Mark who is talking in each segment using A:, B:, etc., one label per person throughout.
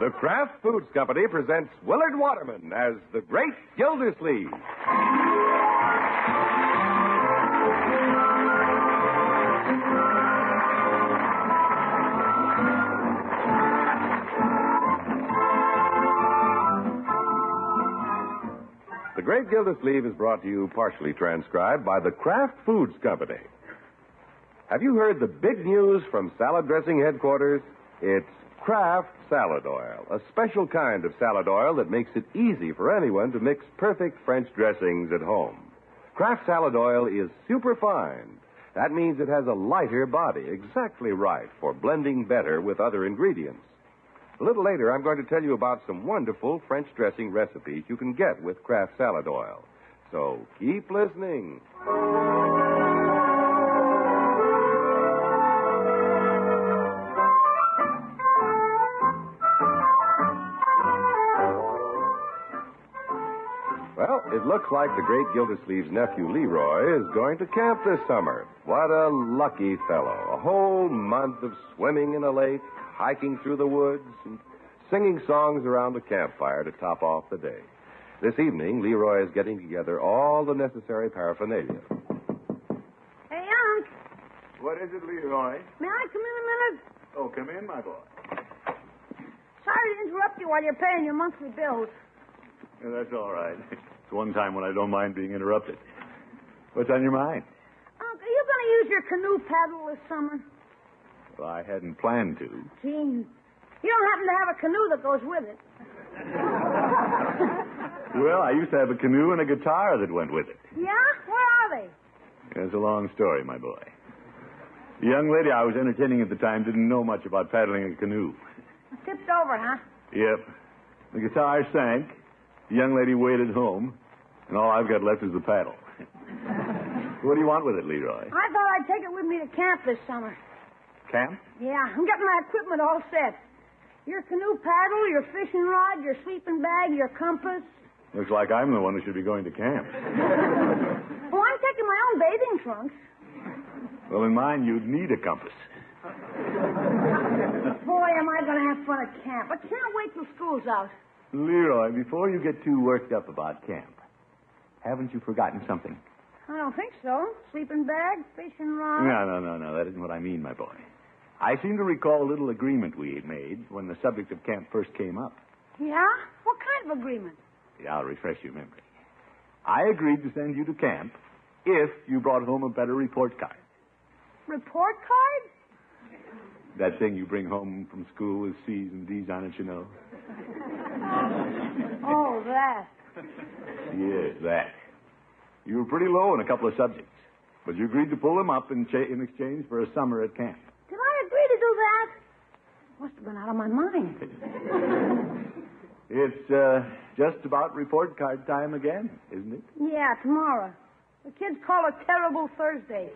A: The Kraft Foods Company presents Willard Waterman as the Great Gildersleeve. The Great Gildersleeve is brought to you partially transcribed by the Kraft Foods Company. Have you heard the big news from salad dressing headquarters? It's Kraft Salad Oil, a special kind of salad oil that makes it easy for anyone to mix perfect French dressings at home. Kraft Salad Oil is superfine. That means it has a lighter body, exactly right for blending better with other ingredients. A little later, I'm going to tell you about some wonderful French dressing recipes you can get with Kraft Salad Oil. So keep listening. Well, it looks like the great Gildersleeve's nephew Leroy is going to camp this summer. What a lucky fellow. A whole month of swimming in a lake, hiking through the woods, and singing songs around the campfire to top off the day. This evening, Leroy is getting together all the necessary paraphernalia.
B: Hey, Unc,
C: What is it, Leroy?
B: may I come in a minute?
C: Oh, come in, my boy.
B: Sorry to interrupt you while you're paying your monthly bills.
C: Yeah, that's all right. It's one time when I don't mind being interrupted. What's on your mind?
B: Unc, are you going to use your canoe paddle this summer?
C: Well, I hadn't planned to.
B: Gene, you don't happen to have a canoe that goes with it.
C: Well, I used to have a canoe and a guitar that went with it.
B: Yeah? Where are they?
C: It's a long story, my boy. The young lady I was entertaining at the time didn't know much about paddling a canoe.
B: Tipped over, huh?
C: Yep. The guitar sank. The young lady waded home, and all I've got left is the paddle. what do you want with it, Leroy?
B: I thought I'd take it with me to camp this summer.
C: Camp?
B: Yeah, I'm getting my equipment all set. Your canoe paddle, your fishing rod, your sleeping bag, your compass.
C: Looks like I'm the one who should be going to camp.
B: Oh, I'm taking my own bathing trunks.
C: Well, in mine, you'd need a compass.
B: Boy, am I going to have fun at camp. I can't wait till school's out.
C: Leroy, before you get too worked up about camp, haven't you forgotten something?
B: I don't think so. Sleeping bag, fishing rod.
C: No, no, no, no. That isn't what I mean, my boy. I seem to recall a little agreement we had made when the subject of camp first came up.
B: Yeah? What kind of agreement?
C: Yeah, I'll refresh your memory. I agreed to send you to camp if you brought home a better report card.
B: Report card?
C: That thing you bring home from school with C's and D's on it, you know.
B: Oh, that.
C: Yes, that. You were pretty low in a couple of subjects, but you agreed to pull them up in, cha- in exchange for a summer at camp.
B: Did I agree to do that? Must have been out of my mind.
C: It's uh, just about report card time again, isn't it?
B: Yeah, tomorrow. The kids call it Terrible Thursday.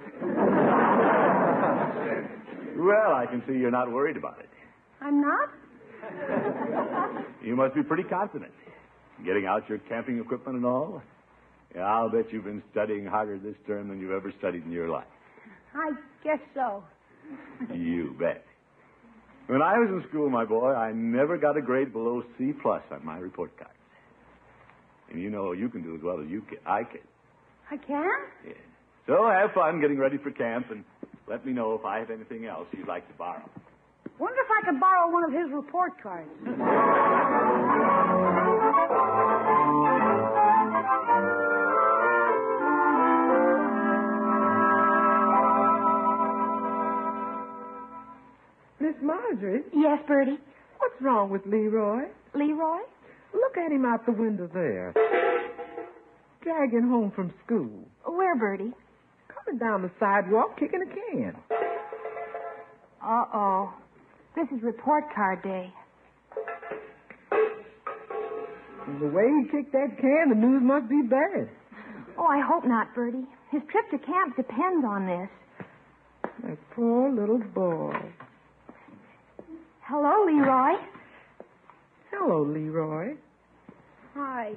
C: Well, I can see you're not worried about it.
B: I'm not?
C: You must be pretty confident. Getting out your camping equipment and all? Yeah, I'll bet you've been studying harder this term than you've ever studied in your life.
B: I guess so.
C: You bet. When I was in school, my boy, I never got a grade below C plus on my report cards. And you know you can do as well as you can. I can.
B: I can?
C: Yeah. So have fun getting ready for camp, and let me know if I have anything else you'd like to borrow.
B: Wonder if I could borrow one of his report cards.
D: Miss Marjorie,
E: Yes, Bertie.
D: what's wrong with Leroy?
E: Leroy?
D: Look at him out the window there. Dragging home from school.
E: Where, Bertie?
D: Coming down the sidewalk kicking a can.
E: Uh oh. This is report card day.
D: And the way he kicked that can, the news must be bad.
E: Oh, I hope not, Bertie. His trip to camp depends on this.
D: That poor little boy.
E: Hello, Leroy.
D: Hello, Leroy.
B: Hi.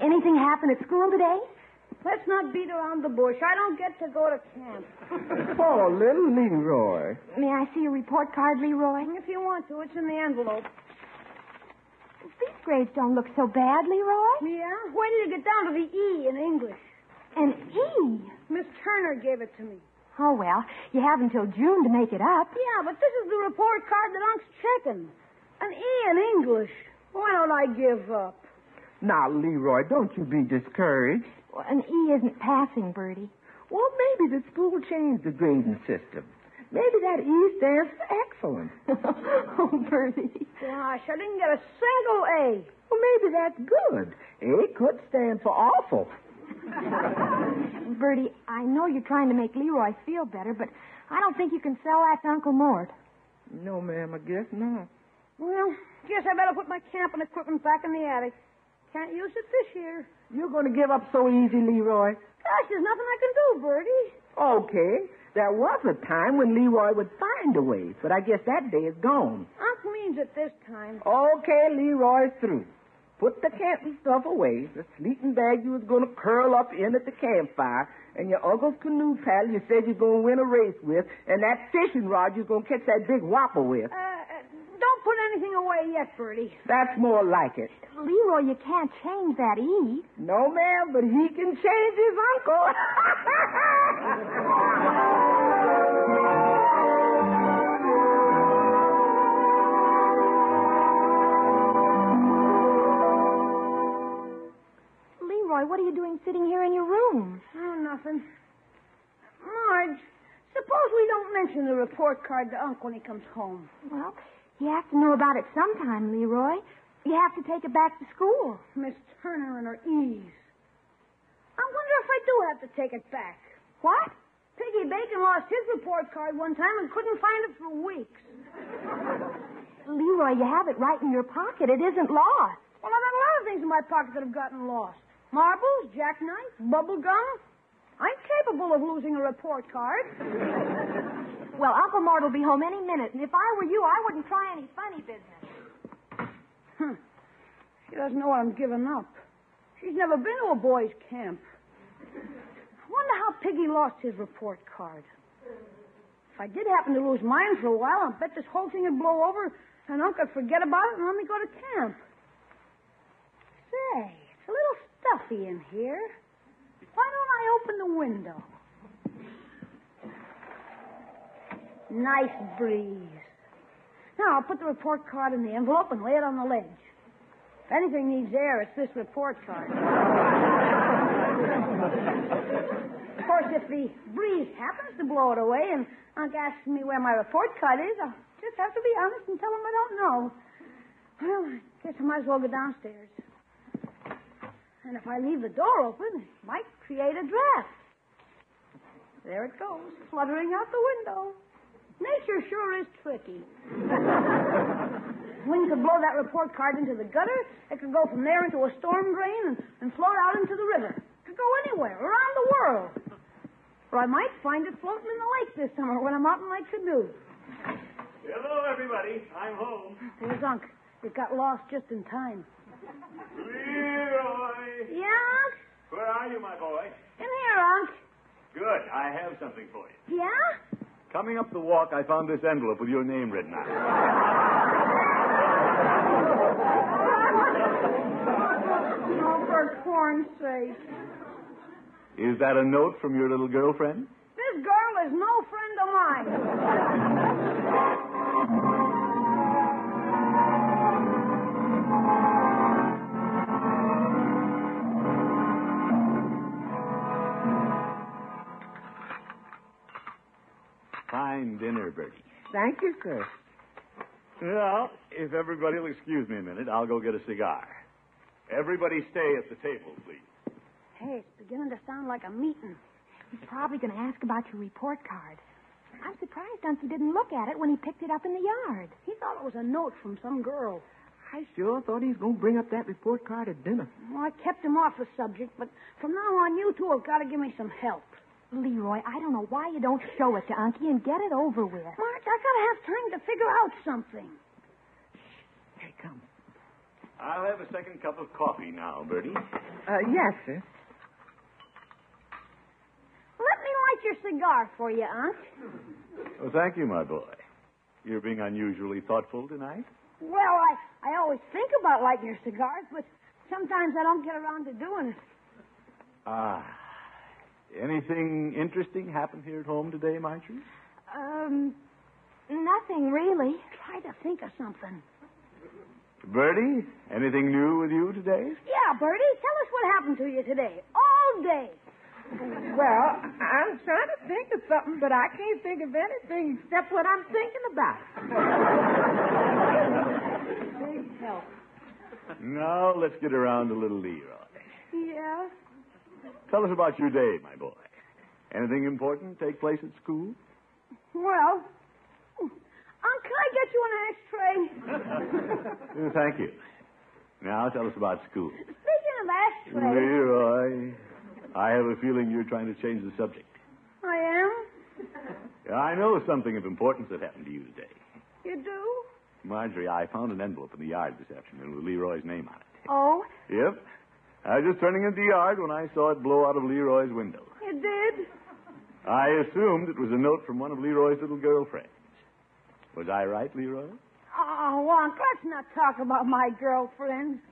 E: Anything happen at school today?
B: Let's not beat around the bush. I don't get to go to camp.
D: Poor little Leroy.
E: May I see your report card, Leroy?
B: If you want to, it's in the envelope.
E: These grades don't look so bad, Leroy.
B: Yeah? Where did it get down to the E in English?
E: And E.
B: Miss Turner gave it to me.
E: Oh, well, you have until June to make it up.
B: Yeah, but this is the report card that Unc's checking. An E in English. Why don't I give up?
D: Now, Leroy, don't you be discouraged.
E: Well, An E isn't passing, Bertie.
D: Well, maybe the school changed the grading system. Maybe that E stands for excellent.
E: oh, Bertie.
B: Gosh, I didn't get a single A.
D: Well, maybe that's good. A could stand for awful.
E: Bertie, I know you're trying to make Leroy feel better, but I don't think you can sell that to Uncle Mort.
D: No, ma'am, I guess not.
B: Well, guess I better put my camping equipment back in the attic. Can't use it this year.
D: You're going to give up so easy, Leroy.
B: Gosh, there's nothing I can do, Bertie.
D: Okay, there was a time when Leroy would find a way, but I guess that day is gone.
B: Unc means it this time.
D: Okay, Leroy's through. Put the camping stuff away. The sleeping bag you was going to curl up in at the campfire, and your uncle's canoe paddle you said you're going to win a race with, and that fishing rod you're going to catch that big whopper with.
B: Uh, uh, don't put anything away yet, Bertie.
D: That's more like it.
E: Leroy, you can't change that E.
D: No, ma'am, but he can change his uncle.
E: Leroy, what are you doing sitting here in your room?
B: Oh, nothing. Marge, suppose we don't mention the report card to Unc when he comes home.
E: Well, you have to know about it sometime, Leroy. You have to take it back to school.
B: Miss Turner and her E's. I wonder if I do have to take it back.
E: What?
B: Piggy Bacon lost his report card one time and couldn't find it for weeks.
E: Leroy, you have it right in your pocket. It isn't lost.
B: Well, I've got a lot of things in my pocket that have gotten lost. Marbles, jackknife, bubble gum. I'm capable of losing a report card.
E: Well, Uncle Mort will be home any minute, and if I were you, I wouldn't try any funny business.
B: She doesn't know what I'm giving up. She's never been to a boys' camp. I wonder how Piggy lost his report card. If I did happen to lose mine for a while, I bet this whole thing would blow over and Uncle would forget about it and let me go to camp. Say, it's a little stuffy in here. Why don't I open the window? Nice breeze. Now I'll put the report card in the envelope and lay it on the ledge. If anything needs air, it's this report card. of course, if the breeze happens to blow it away and Unc asks me where my report card is, I'll just have to be honest and tell him I don't know. Well, I guess I might as well go downstairs. And if I leave the door open, it might create a draft. There it goes, fluttering out the window. Nature sure is tricky. Wind could blow that report card into the gutter. It could go from there into a storm drain and, and float out into the river. It could go anywhere, around the world. Or I might find it floating in the lake this summer when I'm out in my canoe.
C: Hello, everybody. I'm home.
B: There's Unc. It got lost just in time.
C: Leroy.
B: Yeah, Unc?
C: Where are you, my boy?
B: In here, Unc.
C: Good. I have something for you.
B: Yeah?
C: Coming up the walk, I found this envelope with your name written on it.
B: Oh, for corn's sake.
C: Is that a note from your little girlfriend?
B: This girl is no friend of mine.
C: Fine dinner, Bertie.
D: Thank you, sir.
C: Well, if everybody will excuse me a minute, I'll go get a cigar. Everybody stay at the table, please.
B: Hey, it's beginning to sound like a meeting.
E: He's probably going to ask about your report card. I'm surprised Duncy didn't look at it when he picked it up in the yard.
B: He thought it was a note from some girl.
D: I sure thought he was going to bring up that report card at dinner.
B: Well, I kept him off the subject, but from now on, you two have got to give me some help.
E: Leroy, I don't know why you don't show it to Unky and get it over with.
B: Mark, I gotta have time to figure out something.
D: Here he comes.
C: I'll have a second cup of coffee now, Bertie.
D: Uh, yes, sir.
B: Let me light your cigar for you, Unc.
C: Well, thank you, my boy. You're being unusually thoughtful tonight.
B: Well, I, I always think about lighting your cigars, but sometimes I don't get around to doing it.
C: Ah. Anything interesting happened here at home today, Marjorie?
E: Um, nothing really.
B: Try to think of something.
C: Bertie, anything new with you today?
B: Yeah, Bertie, tell us what happened to you today. All day.
D: Well, I'm trying to think of something, but I can't think of anything except what I'm thinking about.
B: Big help.
C: Now let's get around to little Leroy.
B: Yeah.
C: Tell us about your day, my boy. Anything important take place at school?
B: Well, Unc, can I get you an ashtray?
C: Uh, Thank you. Now tell us about school.
B: Speaking of ashtray,
C: Leroy, I have a feeling you're trying to change the subject.
B: I am.
C: I know something of importance that happened to you today.
B: You do?
C: Marjorie, I found an envelope in the yard this afternoon with Leroy's name on it.
B: Oh,
C: Yep. I was just turning into the yard when I saw it blow out of Leroy's window.
B: you did?
C: I assumed it was a note from one of Leroy's little girlfriends. Was I right, Leroy?
B: Oh, Unc, let's not talk about my girlfriends.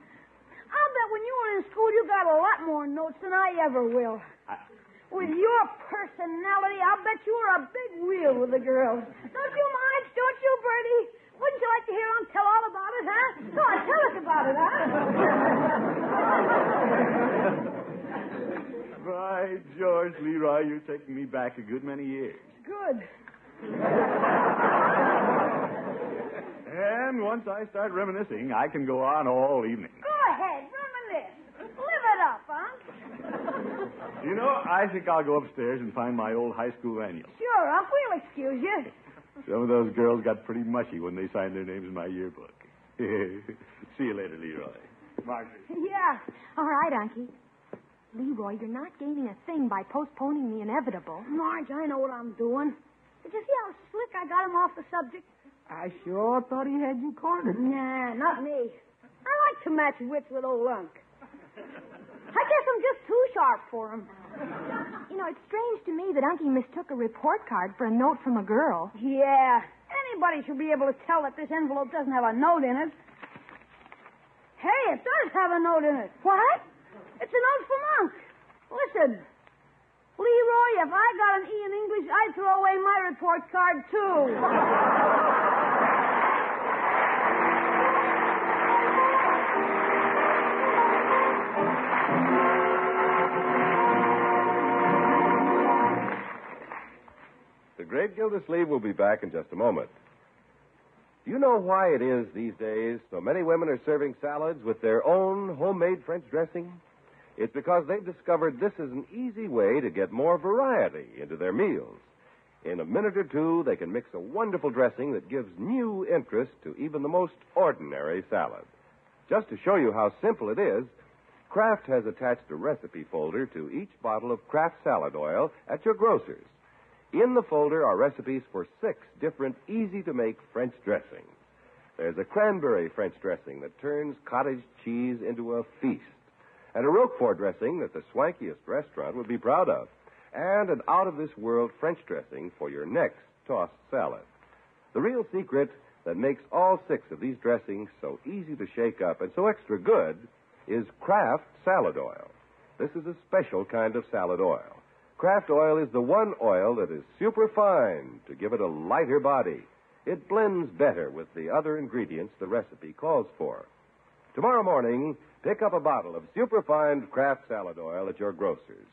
B: I'll bet when you were in school, you got a lot more notes than I ever will.
C: I-
B: With your personality, I'll bet you were a big wheel with the girls. Don't you mind, don't you, Bertie? Wouldn't you like to hear Unc tell all about it, huh? Go on, tell us about it, huh?
C: By George, Leroy, you're taking me back a good many years.
B: Good.
C: And once I start reminiscing, I can go on all evening.
B: Go ahead, reminisce. Live it up, Unc.
C: You know, I think I'll go upstairs and find my old high school annual.
B: Sure, Unc, we'll excuse you.
C: Some of those girls got pretty mushy when they signed their names in my yearbook. See you later, Leroy. Marjorie.
B: Yeah.
E: All right, Unky. Leroy, you're not gaining a thing by postponing the inevitable.
B: Marge, I know what I'm doing. Did you see how slick I got him off the subject?
D: I sure thought he had you cornered.
B: Nah, not me. I like to match wits with old Unc. I guess I'm just too sharp for him.
E: You know, it's strange to me that Unky mistook a report card for a note from a girl.
B: Yeah. Anybody should be able to tell that this envelope doesn't have a note in it. Hey, it does have a note in it. What? It's a note from Unc. Listen. Leroy, if I got an E in English, I'd throw away my report card, too.
A: The great Gildersleeve will be back in just a moment. Do you know why it is these days so many women are serving salads with their own homemade French dressing? It's because they've discovered this is an easy way to get more variety into their meals. In a minute or two, they can mix a wonderful dressing that gives new interest to even the most ordinary salad. Just to show you how simple it is, Kraft has attached a recipe folder to each bottle of Kraft salad oil at your grocer's. In the folder are recipes for six different easy to make French dressings. There's a cranberry French dressing that turns cottage cheese into a feast, and a Roquefort dressing that the swankiest restaurant would be proud of, and an out of this world French dressing for your next tossed salad. The real secret that makes all six of these dressings so easy to shake up and so extra good is Kraft salad oil. This is a special kind of salad oil. Kraft oil is the one oil that is super fine to give it a lighter body. It blends better with the other ingredients the recipe calls for. Tomorrow morning, pick up a bottle of superfine Kraft salad oil at your grocer's.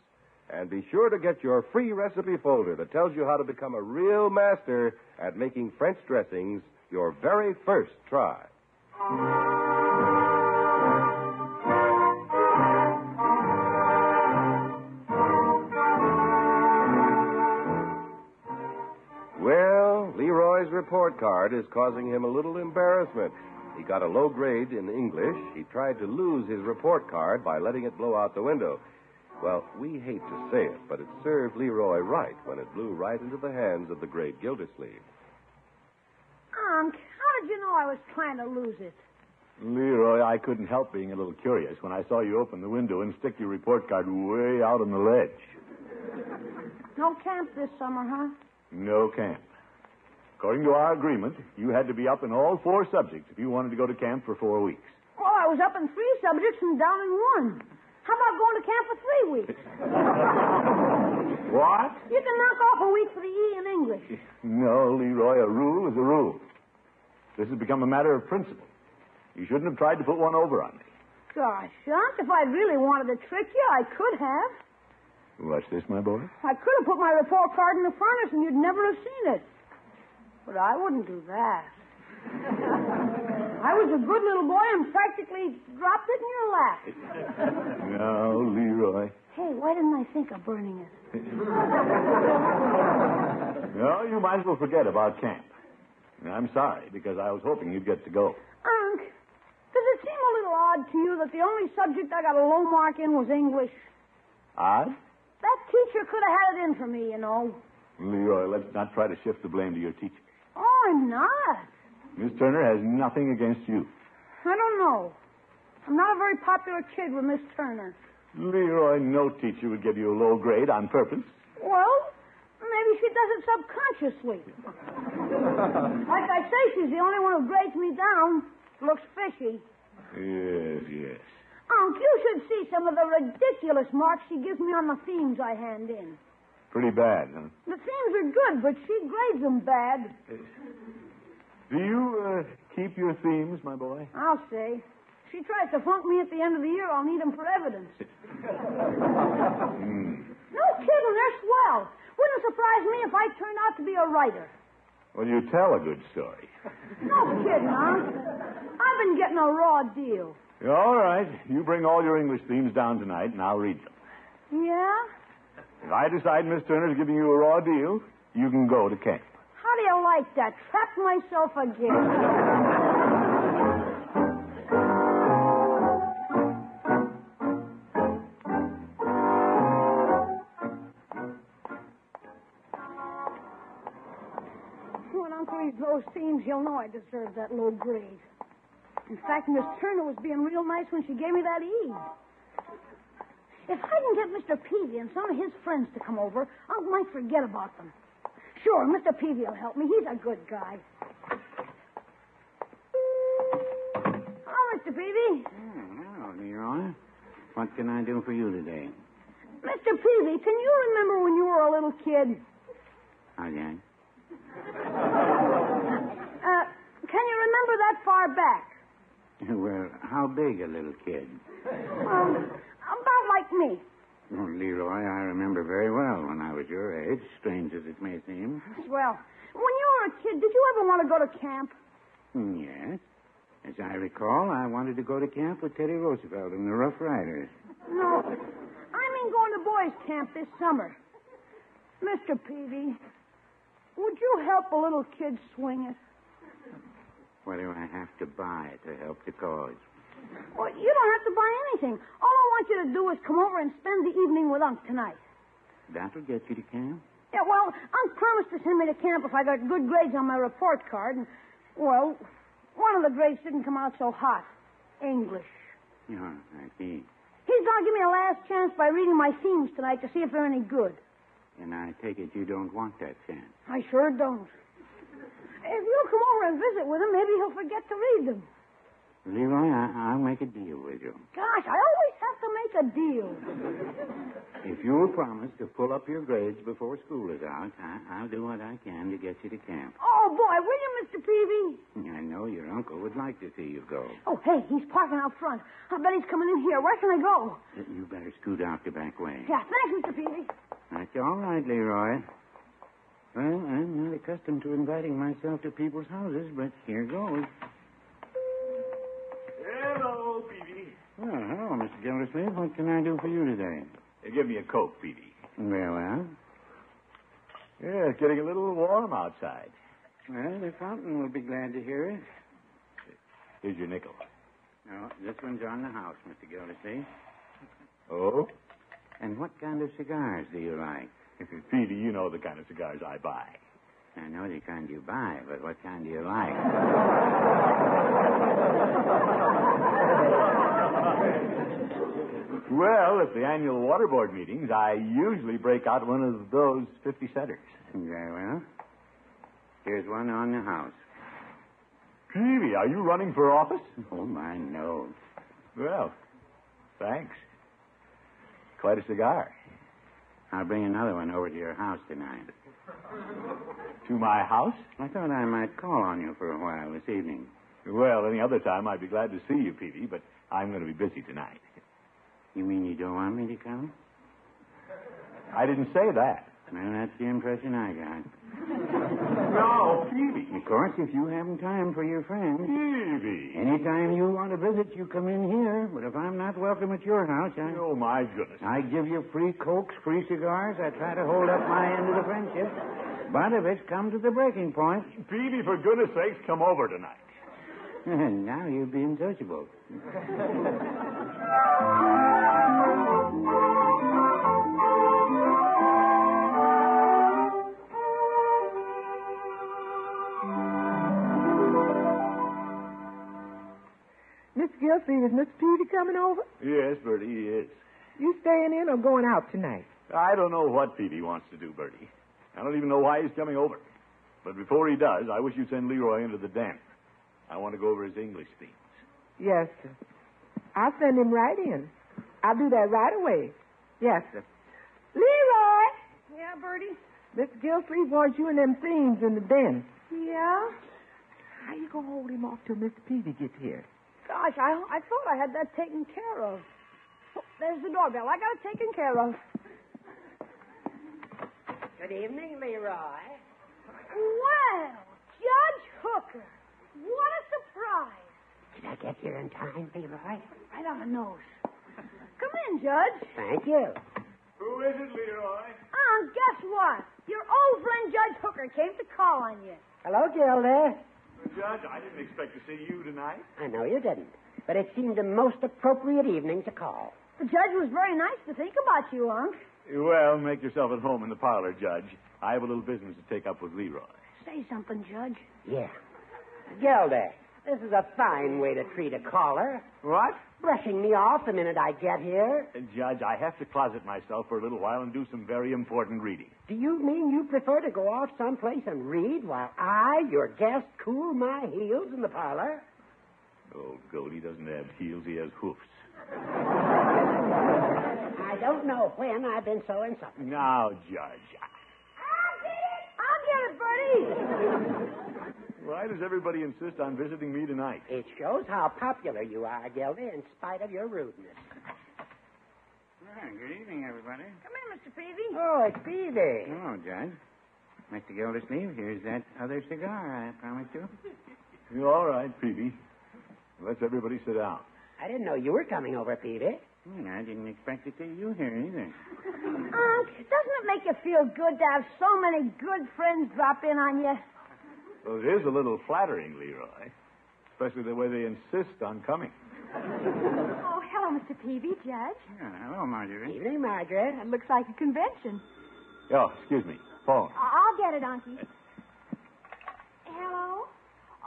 A: And be sure to get your free recipe folder that tells you how to become a real master at making French dressings your very first try. Well, Leroy's report card is causing him a little embarrassment. He got a low grade in English. He tried to lose his report card by letting it blow out the window. Well, we hate to say it, but it served Leroy right when it blew right into the hands of the great Gildersleeve.
B: Unc, how did you know I was trying to lose it?
C: Leroy, I couldn't help being a little curious when I saw you open the window and stick your report card way out on the ledge.
B: No camp this summer, huh?
C: No camp. According to our agreement, you had to be up in all four subjects if you wanted to go to camp for four weeks.
B: Well, Oh, I was up in three subjects and down in one. How about going to camp for three weeks?
C: What?
B: You can knock off a week for the E in English.
C: No, Leroy, a rule is a rule. This has become a matter of principle. You shouldn't have tried to put one over on me.
B: Gosh, shucks, if I'd really wanted to trick you, I could have.
C: Watch this, my boy.
B: I could have put my report card in the furnace and you'd never have seen it. But I wouldn't do that. I was a good little boy and practically dropped it in your lap.
C: No, Leroy.
B: Hey, why didn't I think of burning it?
C: No, you might as well forget about camp. And I'm sorry, because I was hoping you'd get to go.
B: Unc, does it seem a little odd to you that the only subject I got a low mark in was English?
C: Odd?
B: That teacher could have had it in for me, you know.
C: Leroy, let's not try to shift the blame to your teacher.
B: Oh, I'm not.
C: Miss Turner has nothing against you.
B: I don't know. I'm not a very popular kid with Miss Turner.
C: Leroy, no teacher would give you a low grade on purpose.
B: Well, maybe she does it subconsciously. like I say, she's the only one who grades me down. Looks fishy.
C: Yes, yes.
B: Unc, you should see some of the ridiculous marks she gives me on the themes I hand in.
C: Pretty bad, huh?
B: The themes are good, but she grades them bad.
C: Do you uh, keep your themes, my boy?
B: I'll say. If She tries to funk me at the end of the year, I'll need 'em for evidence.
C: Hmm.
B: no kidding, they're swell. Wouldn't surprise me if I turned out to be a writer.
C: Well, you tell a good story.
B: No kidding, huh? I've been getting a raw deal.
C: All right. You bring all your English themes down tonight, and I'll read them.
B: Yeah?
C: If I decide Miss Turner's giving you a raw deal, you can go to camp.
B: How do you like that? Trapped myself again. When Uncle reads those themes, he'll know I deserve that low grade. In fact, Miss Turner was being real nice when she gave me that E. If I can get Mr. Peavy and some of his friends to come over, I might forget about them. Sure, Mr. Peavy will help me. He's a good guy. Hello, Mr. Oh, Peavy.
F: Hello, Leroy. Hmm, What can I do for you today?
B: Mr. Peavy, can you remember when you were a little kid?
F: Hi, Jack.
B: Uh, can you remember that far back?
F: Well, how big a little kid?
B: Um, about like me.
F: Oh, Leroy, I remember very well when I was your age, strange as it may seem.
B: Well, when you were a kid, did you ever want to go to camp?
F: Hmm, Yes. As I recall, I wanted to go to camp with Teddy Roosevelt and the Rough Riders.
B: No. I mean going to boys' camp this summer. Mr. Peavy, would you help a little kid swing it?
F: What do I have to buy to help the cause?
B: Well, you don't have to buy anything. All I want you to do is come over and spend the evening with Unc tonight.
F: That'll get you to camp.
B: Yeah, well, Unc promised to send me to camp if I got good grades on my report card, and, well, one of the grades didn't come out so hot. English.
F: Yeah, I see.
B: He's going to give me a last chance by reading my themes tonight to see if they're any good.
F: And I take it you don't want that chance.
B: I sure don't. If you'll come over and visit with him, maybe he'll forget to read them.
F: Leroy, I- I'll make a deal with you.
B: Gosh, I always have to make a deal.
F: If you'll promise to pull up your grades before school is out, I- I'll do what I can to get you to camp.
B: Oh, boy, will you, Mr. Peavy?
F: I know your uncle would like to see you go.
B: Oh, hey, he's parking out front. I bet he's coming in here. Where can I go?
F: You better scoot out the back way.
B: Yeah, thanks, Mr. Peavy.
F: That's all right, Leroy. Well, I'm not accustomed to inviting myself to people's houses, but here goes.
C: Hello, Peavy.
F: Well, hello, Mr. Gildersleeve. What can I do for you today?
C: give me a coat, Peavy.
F: Very well.
C: Yeah, it's getting a little warm outside.
F: Well, the fountain will be glad to hear it.
C: Here's your nickel.
F: No, this one's on the house, Mr. Gildersleeve.
C: Oh?
F: And what kind of cigars do you like?
C: Peavy, you know the kind of cigars I buy.
F: I know the kind you buy, but what kind do you like?
C: Well, at the annual water board meetings, I usually break out one of those 50 centers.
F: Very well. Here's one on the house.
C: Peavy, are you running for office?
F: Oh, my nose.
C: Well, thanks. Quite a cigar.
F: I'll bring another one over to your house tonight.
C: To my house?
F: I thought I might call on you for a while this evening.
C: Well, any other time I'd be glad to see you, Peavy, but I'm going to be busy tonight.
F: You mean you don't want me to come?
C: I didn't say that.
F: Well, that's the impression I got.
C: No, Peavy.
F: Of course, if you haven't time for your friends,
C: Peavy.
F: anytime you want to visit, you come in here. But if I'm not welcome at your house, I.
C: Oh, my goodness.
F: I give you free cokes, free cigars. I try to hold up my end of the friendship. But if it's come to the breaking point,
C: Peavy, for goodness sakes, come over tonight.
F: now you're being sociable.
D: Miss Gilsey, is Miss Peavy coming over?
C: Yes, Bertie, he is.
D: You staying in or going out tonight?
C: I don't know what Peavy wants to do, Bertie. I don't even know why he's coming over. But before he does, I wish you'd send Leroy into the den. I want to go over his English theme.
D: Yes, sir. I'll send him right in. I'll do that right away. Yes, sir. Leroy!
B: Yeah, Bertie?
D: Miss Gilsleeve wants you and them things in the den.
B: Yeah?
D: How you gonna hold him off till Mr. Peavy gets here?
B: Gosh, I, I thought I had that taken care of. Oh, there's the doorbell. I got it taken care of.
G: Good evening, Leroy.
B: Well, Judge Hooker. What a surprise.
G: Did I get here in time, Leroy?
B: Right on the nose. Come in, Judge.
G: Thank you.
C: Who is it, Leroy?
B: Ah, guess what? Your old friend Judge Hooker came to call on you.
G: Hello, Gilda.
C: Judge, I didn't expect to see you tonight.
G: I know you didn't, but it seemed the most appropriate evening to call.
B: The judge was very nice to think about you, Unc.
C: Well, make yourself at home in the parlor, Judge. I have a little business to take up with Leroy.
B: Say something, Judge.
G: Yeah. Gilda, this is a fine way to treat a caller.
C: What?
G: Brushing me off the minute I get here.
C: Judge, I have to closet myself for a little while and do some very important reading.
G: Do you mean you prefer to go off someplace and read while I, your guest, cool my heels in the parlor?
C: Oh, Goldie doesn't have heels, he has hoofs.
G: I don't know when I've been so insulted.
C: Now, Judge,
B: I'll get it. I'll get it, Bertie.
C: why does everybody insist on visiting me tonight?
G: It shows how popular you are, Gildy, in spite of your rudeness.
F: good evening, everybody.
B: Come in, Mr. Peavy.
G: Oh, it's Peavy.
F: Hello, Judge. Mr. Gildersleeve, here's that other cigar I promised you.
C: All right, Peavy. Let's everybody sit down.
G: I didn't know you were coming over, Peavy.
F: Well, Hmm, I didn't expect to see you here either.
B: Unc, Oh, doesn't it make you feel good to have so many good friends drop in on you?
C: Well, it is a little flattering, Leroy. Especially the way they insist on coming.
E: Oh, hello, Mr. Peavy, Judge.
F: Yeah, hello, Marjorie.
G: Evening, Margaret.
E: That looks like a convention.
C: Oh, excuse me. Phone.
E: I- I'll get it, Unky. Hello?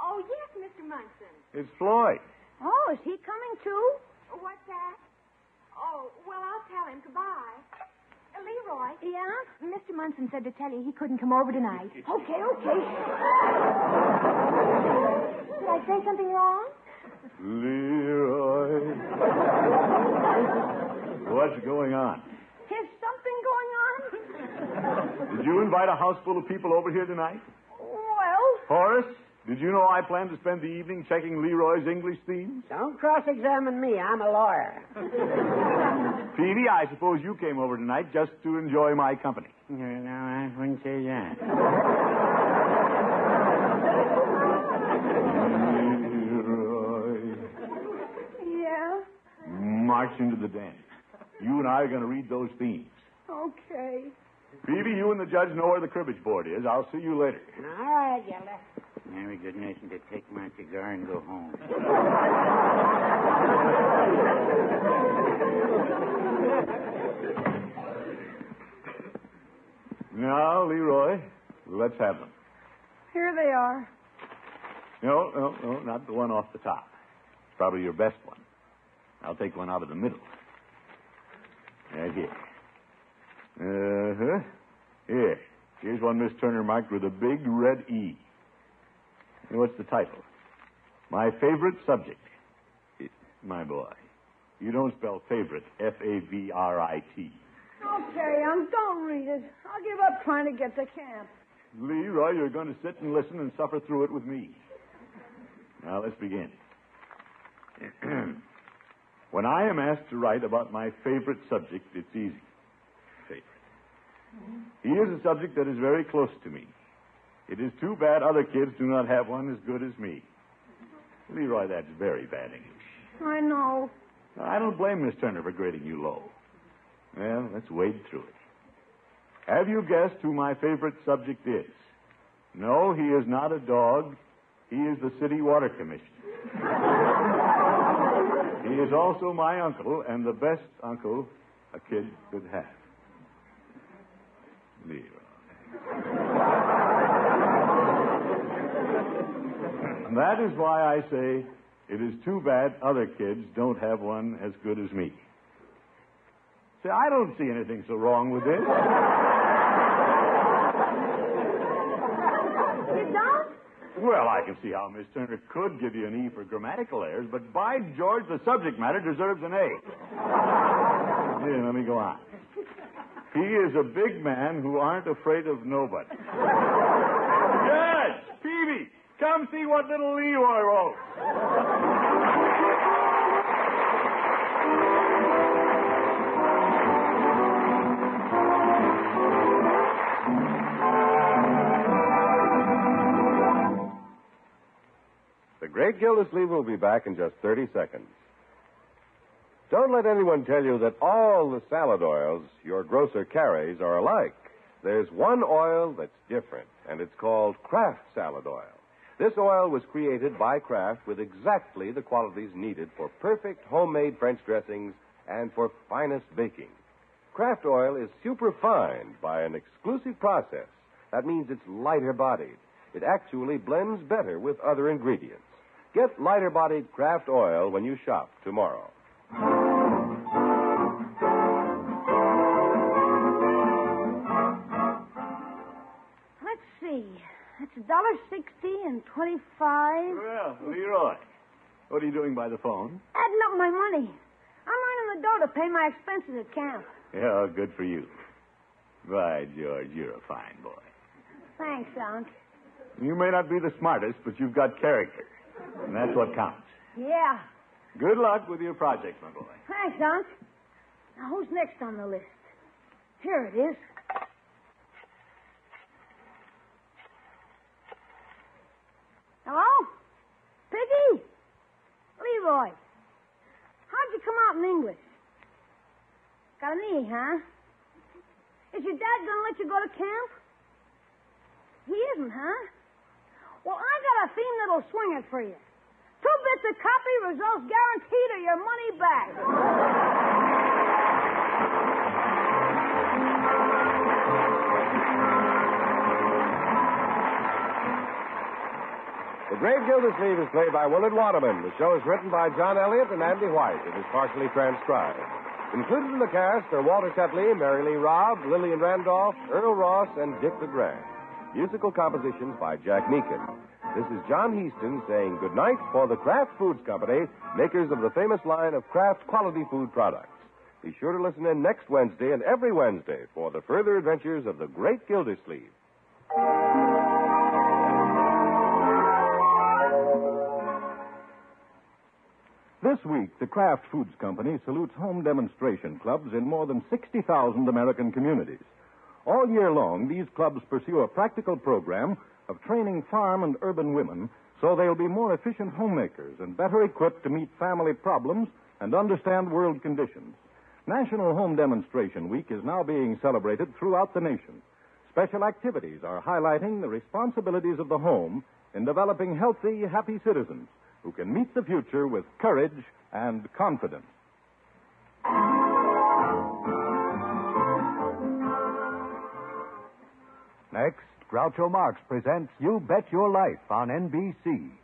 E: Oh, yes, Mr. Munson.
C: It's Floyd.
B: Oh, is he coming too?
E: What's that? Oh, well, I'll tell him. Goodbye. Uh, Leroy.
B: Yeah?
E: Mr. Munson said to tell you he couldn't come over tonight.
B: Okay, okay.
E: Did I say something wrong?
C: Leroy. What's going on?
B: Is something going on?
C: Did you invite a house full of people over here tonight?
B: Well,
C: Horace, did you know I plan to spend the evening checking Leroy's English themes?
G: Don't cross-examine me. I'm a lawyer.
C: Peavy, I suppose you came over tonight just to enjoy my company.
F: Yeah, no, I wouldn't say that.
C: Leroy.
B: yeah.
C: March into the den. You and I are going to read those themes.
B: Okay.
C: Phoebe, you and the judge know where the cribbage board is. I'll see you later.
G: All right, Gilda.
F: Very good notion to take my cigar and go home.
C: Now, Leroy, let's have them.
B: Here they are.
C: No, no, no, not the one off the top. It's probably your best one. I'll take one out of the middle. Right Uh-huh. here. Uh huh. Here. Here's one Miss Turner marked with a big red E. And what's the title? My favorite subject. It- my boy, you don't spell favorite F A V R I T.
B: Okay, Unc, don't read it. I'll give up trying to get to camp.
C: Leroy, you're going to sit and listen and suffer through it with me. Now, let's begin. when I am asked to write about my favorite subject, it's easy. Favorite. Here's a subject that is very close to me. It is too bad other kids do not have one as good as me. Leroy, that's very bad English.
B: I know.
C: I don't blame Miss Turner for grading you low. Well, let's wade through it. Have you guessed who my favorite subject is? No, he is not a dog. He is the city water commissioner. he is also my uncle and the best uncle a kid could have. Leroy. And that is why I say it is too bad other kids don't have one as good as me. See, I don't see anything so wrong with this.
B: You don't?
C: Well, I can see how Miss Turner could give you an E for grammatical errors, but by George, the subject matter deserves an A. Here, let me go on. He is a big man who aren't afraid of nobody. yes, Peavy, come see what little Leroy wrote.
A: The great Gildersleeve will be back in just 30 seconds. Don't let anyone tell you that all the salad oils your grocer carries are alike. There's one oil that's different, and it's called Kraft Salad Oil. This oil was created by Kraft with exactly the qualities needed for perfect homemade French dressings and for finest baking. Kraft oil is superfined by an exclusive process. That means it's lighter bodied. It actually blends better with other ingredients. Get lighter bodied Kraft oil when you shop tomorrow.
B: Let's see. It's a dollar sixty and twenty-five.
C: Well, Leroy, what are you doing by the phone?
B: Adding up my money. I'm running the dough to pay my expenses at camp.
C: Yeah, good for you. By George, you're a fine boy.
B: Thanks, Unc.
C: You may not be the smartest, but you've got character, and that's what counts.
B: Yeah.
C: Good luck with your project, my boy.
B: Thanks, Unc. Now, who's next on the list? Here it is. Hello? Piggy? Leroy? How'd you come out in English? Got an E, huh? Is your dad gonna let you go to camp? He isn't, huh? Well, I got a thin little swinger for you. Two bits of copy results guaranteed or your money back.
A: The Great Gildersleeve is played by Willard Waterman. The show is written by John Elliott and Andy White. It is partially transcribed. Included in the cast are Walter Tetley, Mary Lee Robb, Lillian Randolph, Earl Ross, and Dick LeGrand. Musical compositions by Jack Meakin. This is John Heaston saying goodnight for the Kraft Foods Company, makers of the famous line of Kraft quality food products. Be sure to listen in next Wednesday and every Wednesday for the further adventures of the Great Gildersleeve.
H: This week, the Kraft Foods Company salutes home demonstration clubs in more than 60,000 American communities. All year long, these clubs pursue a practical program of training farm and urban women so they'll be more efficient homemakers and better equipped to meet family problems and understand world conditions. National Home Demonstration Week is now being celebrated throughout the nation. Special activities are highlighting the responsibilities of the home in developing healthy, happy citizens who can meet the future with courage and confidence. Next, Groucho Marx presents You Bet Your Life on NBC.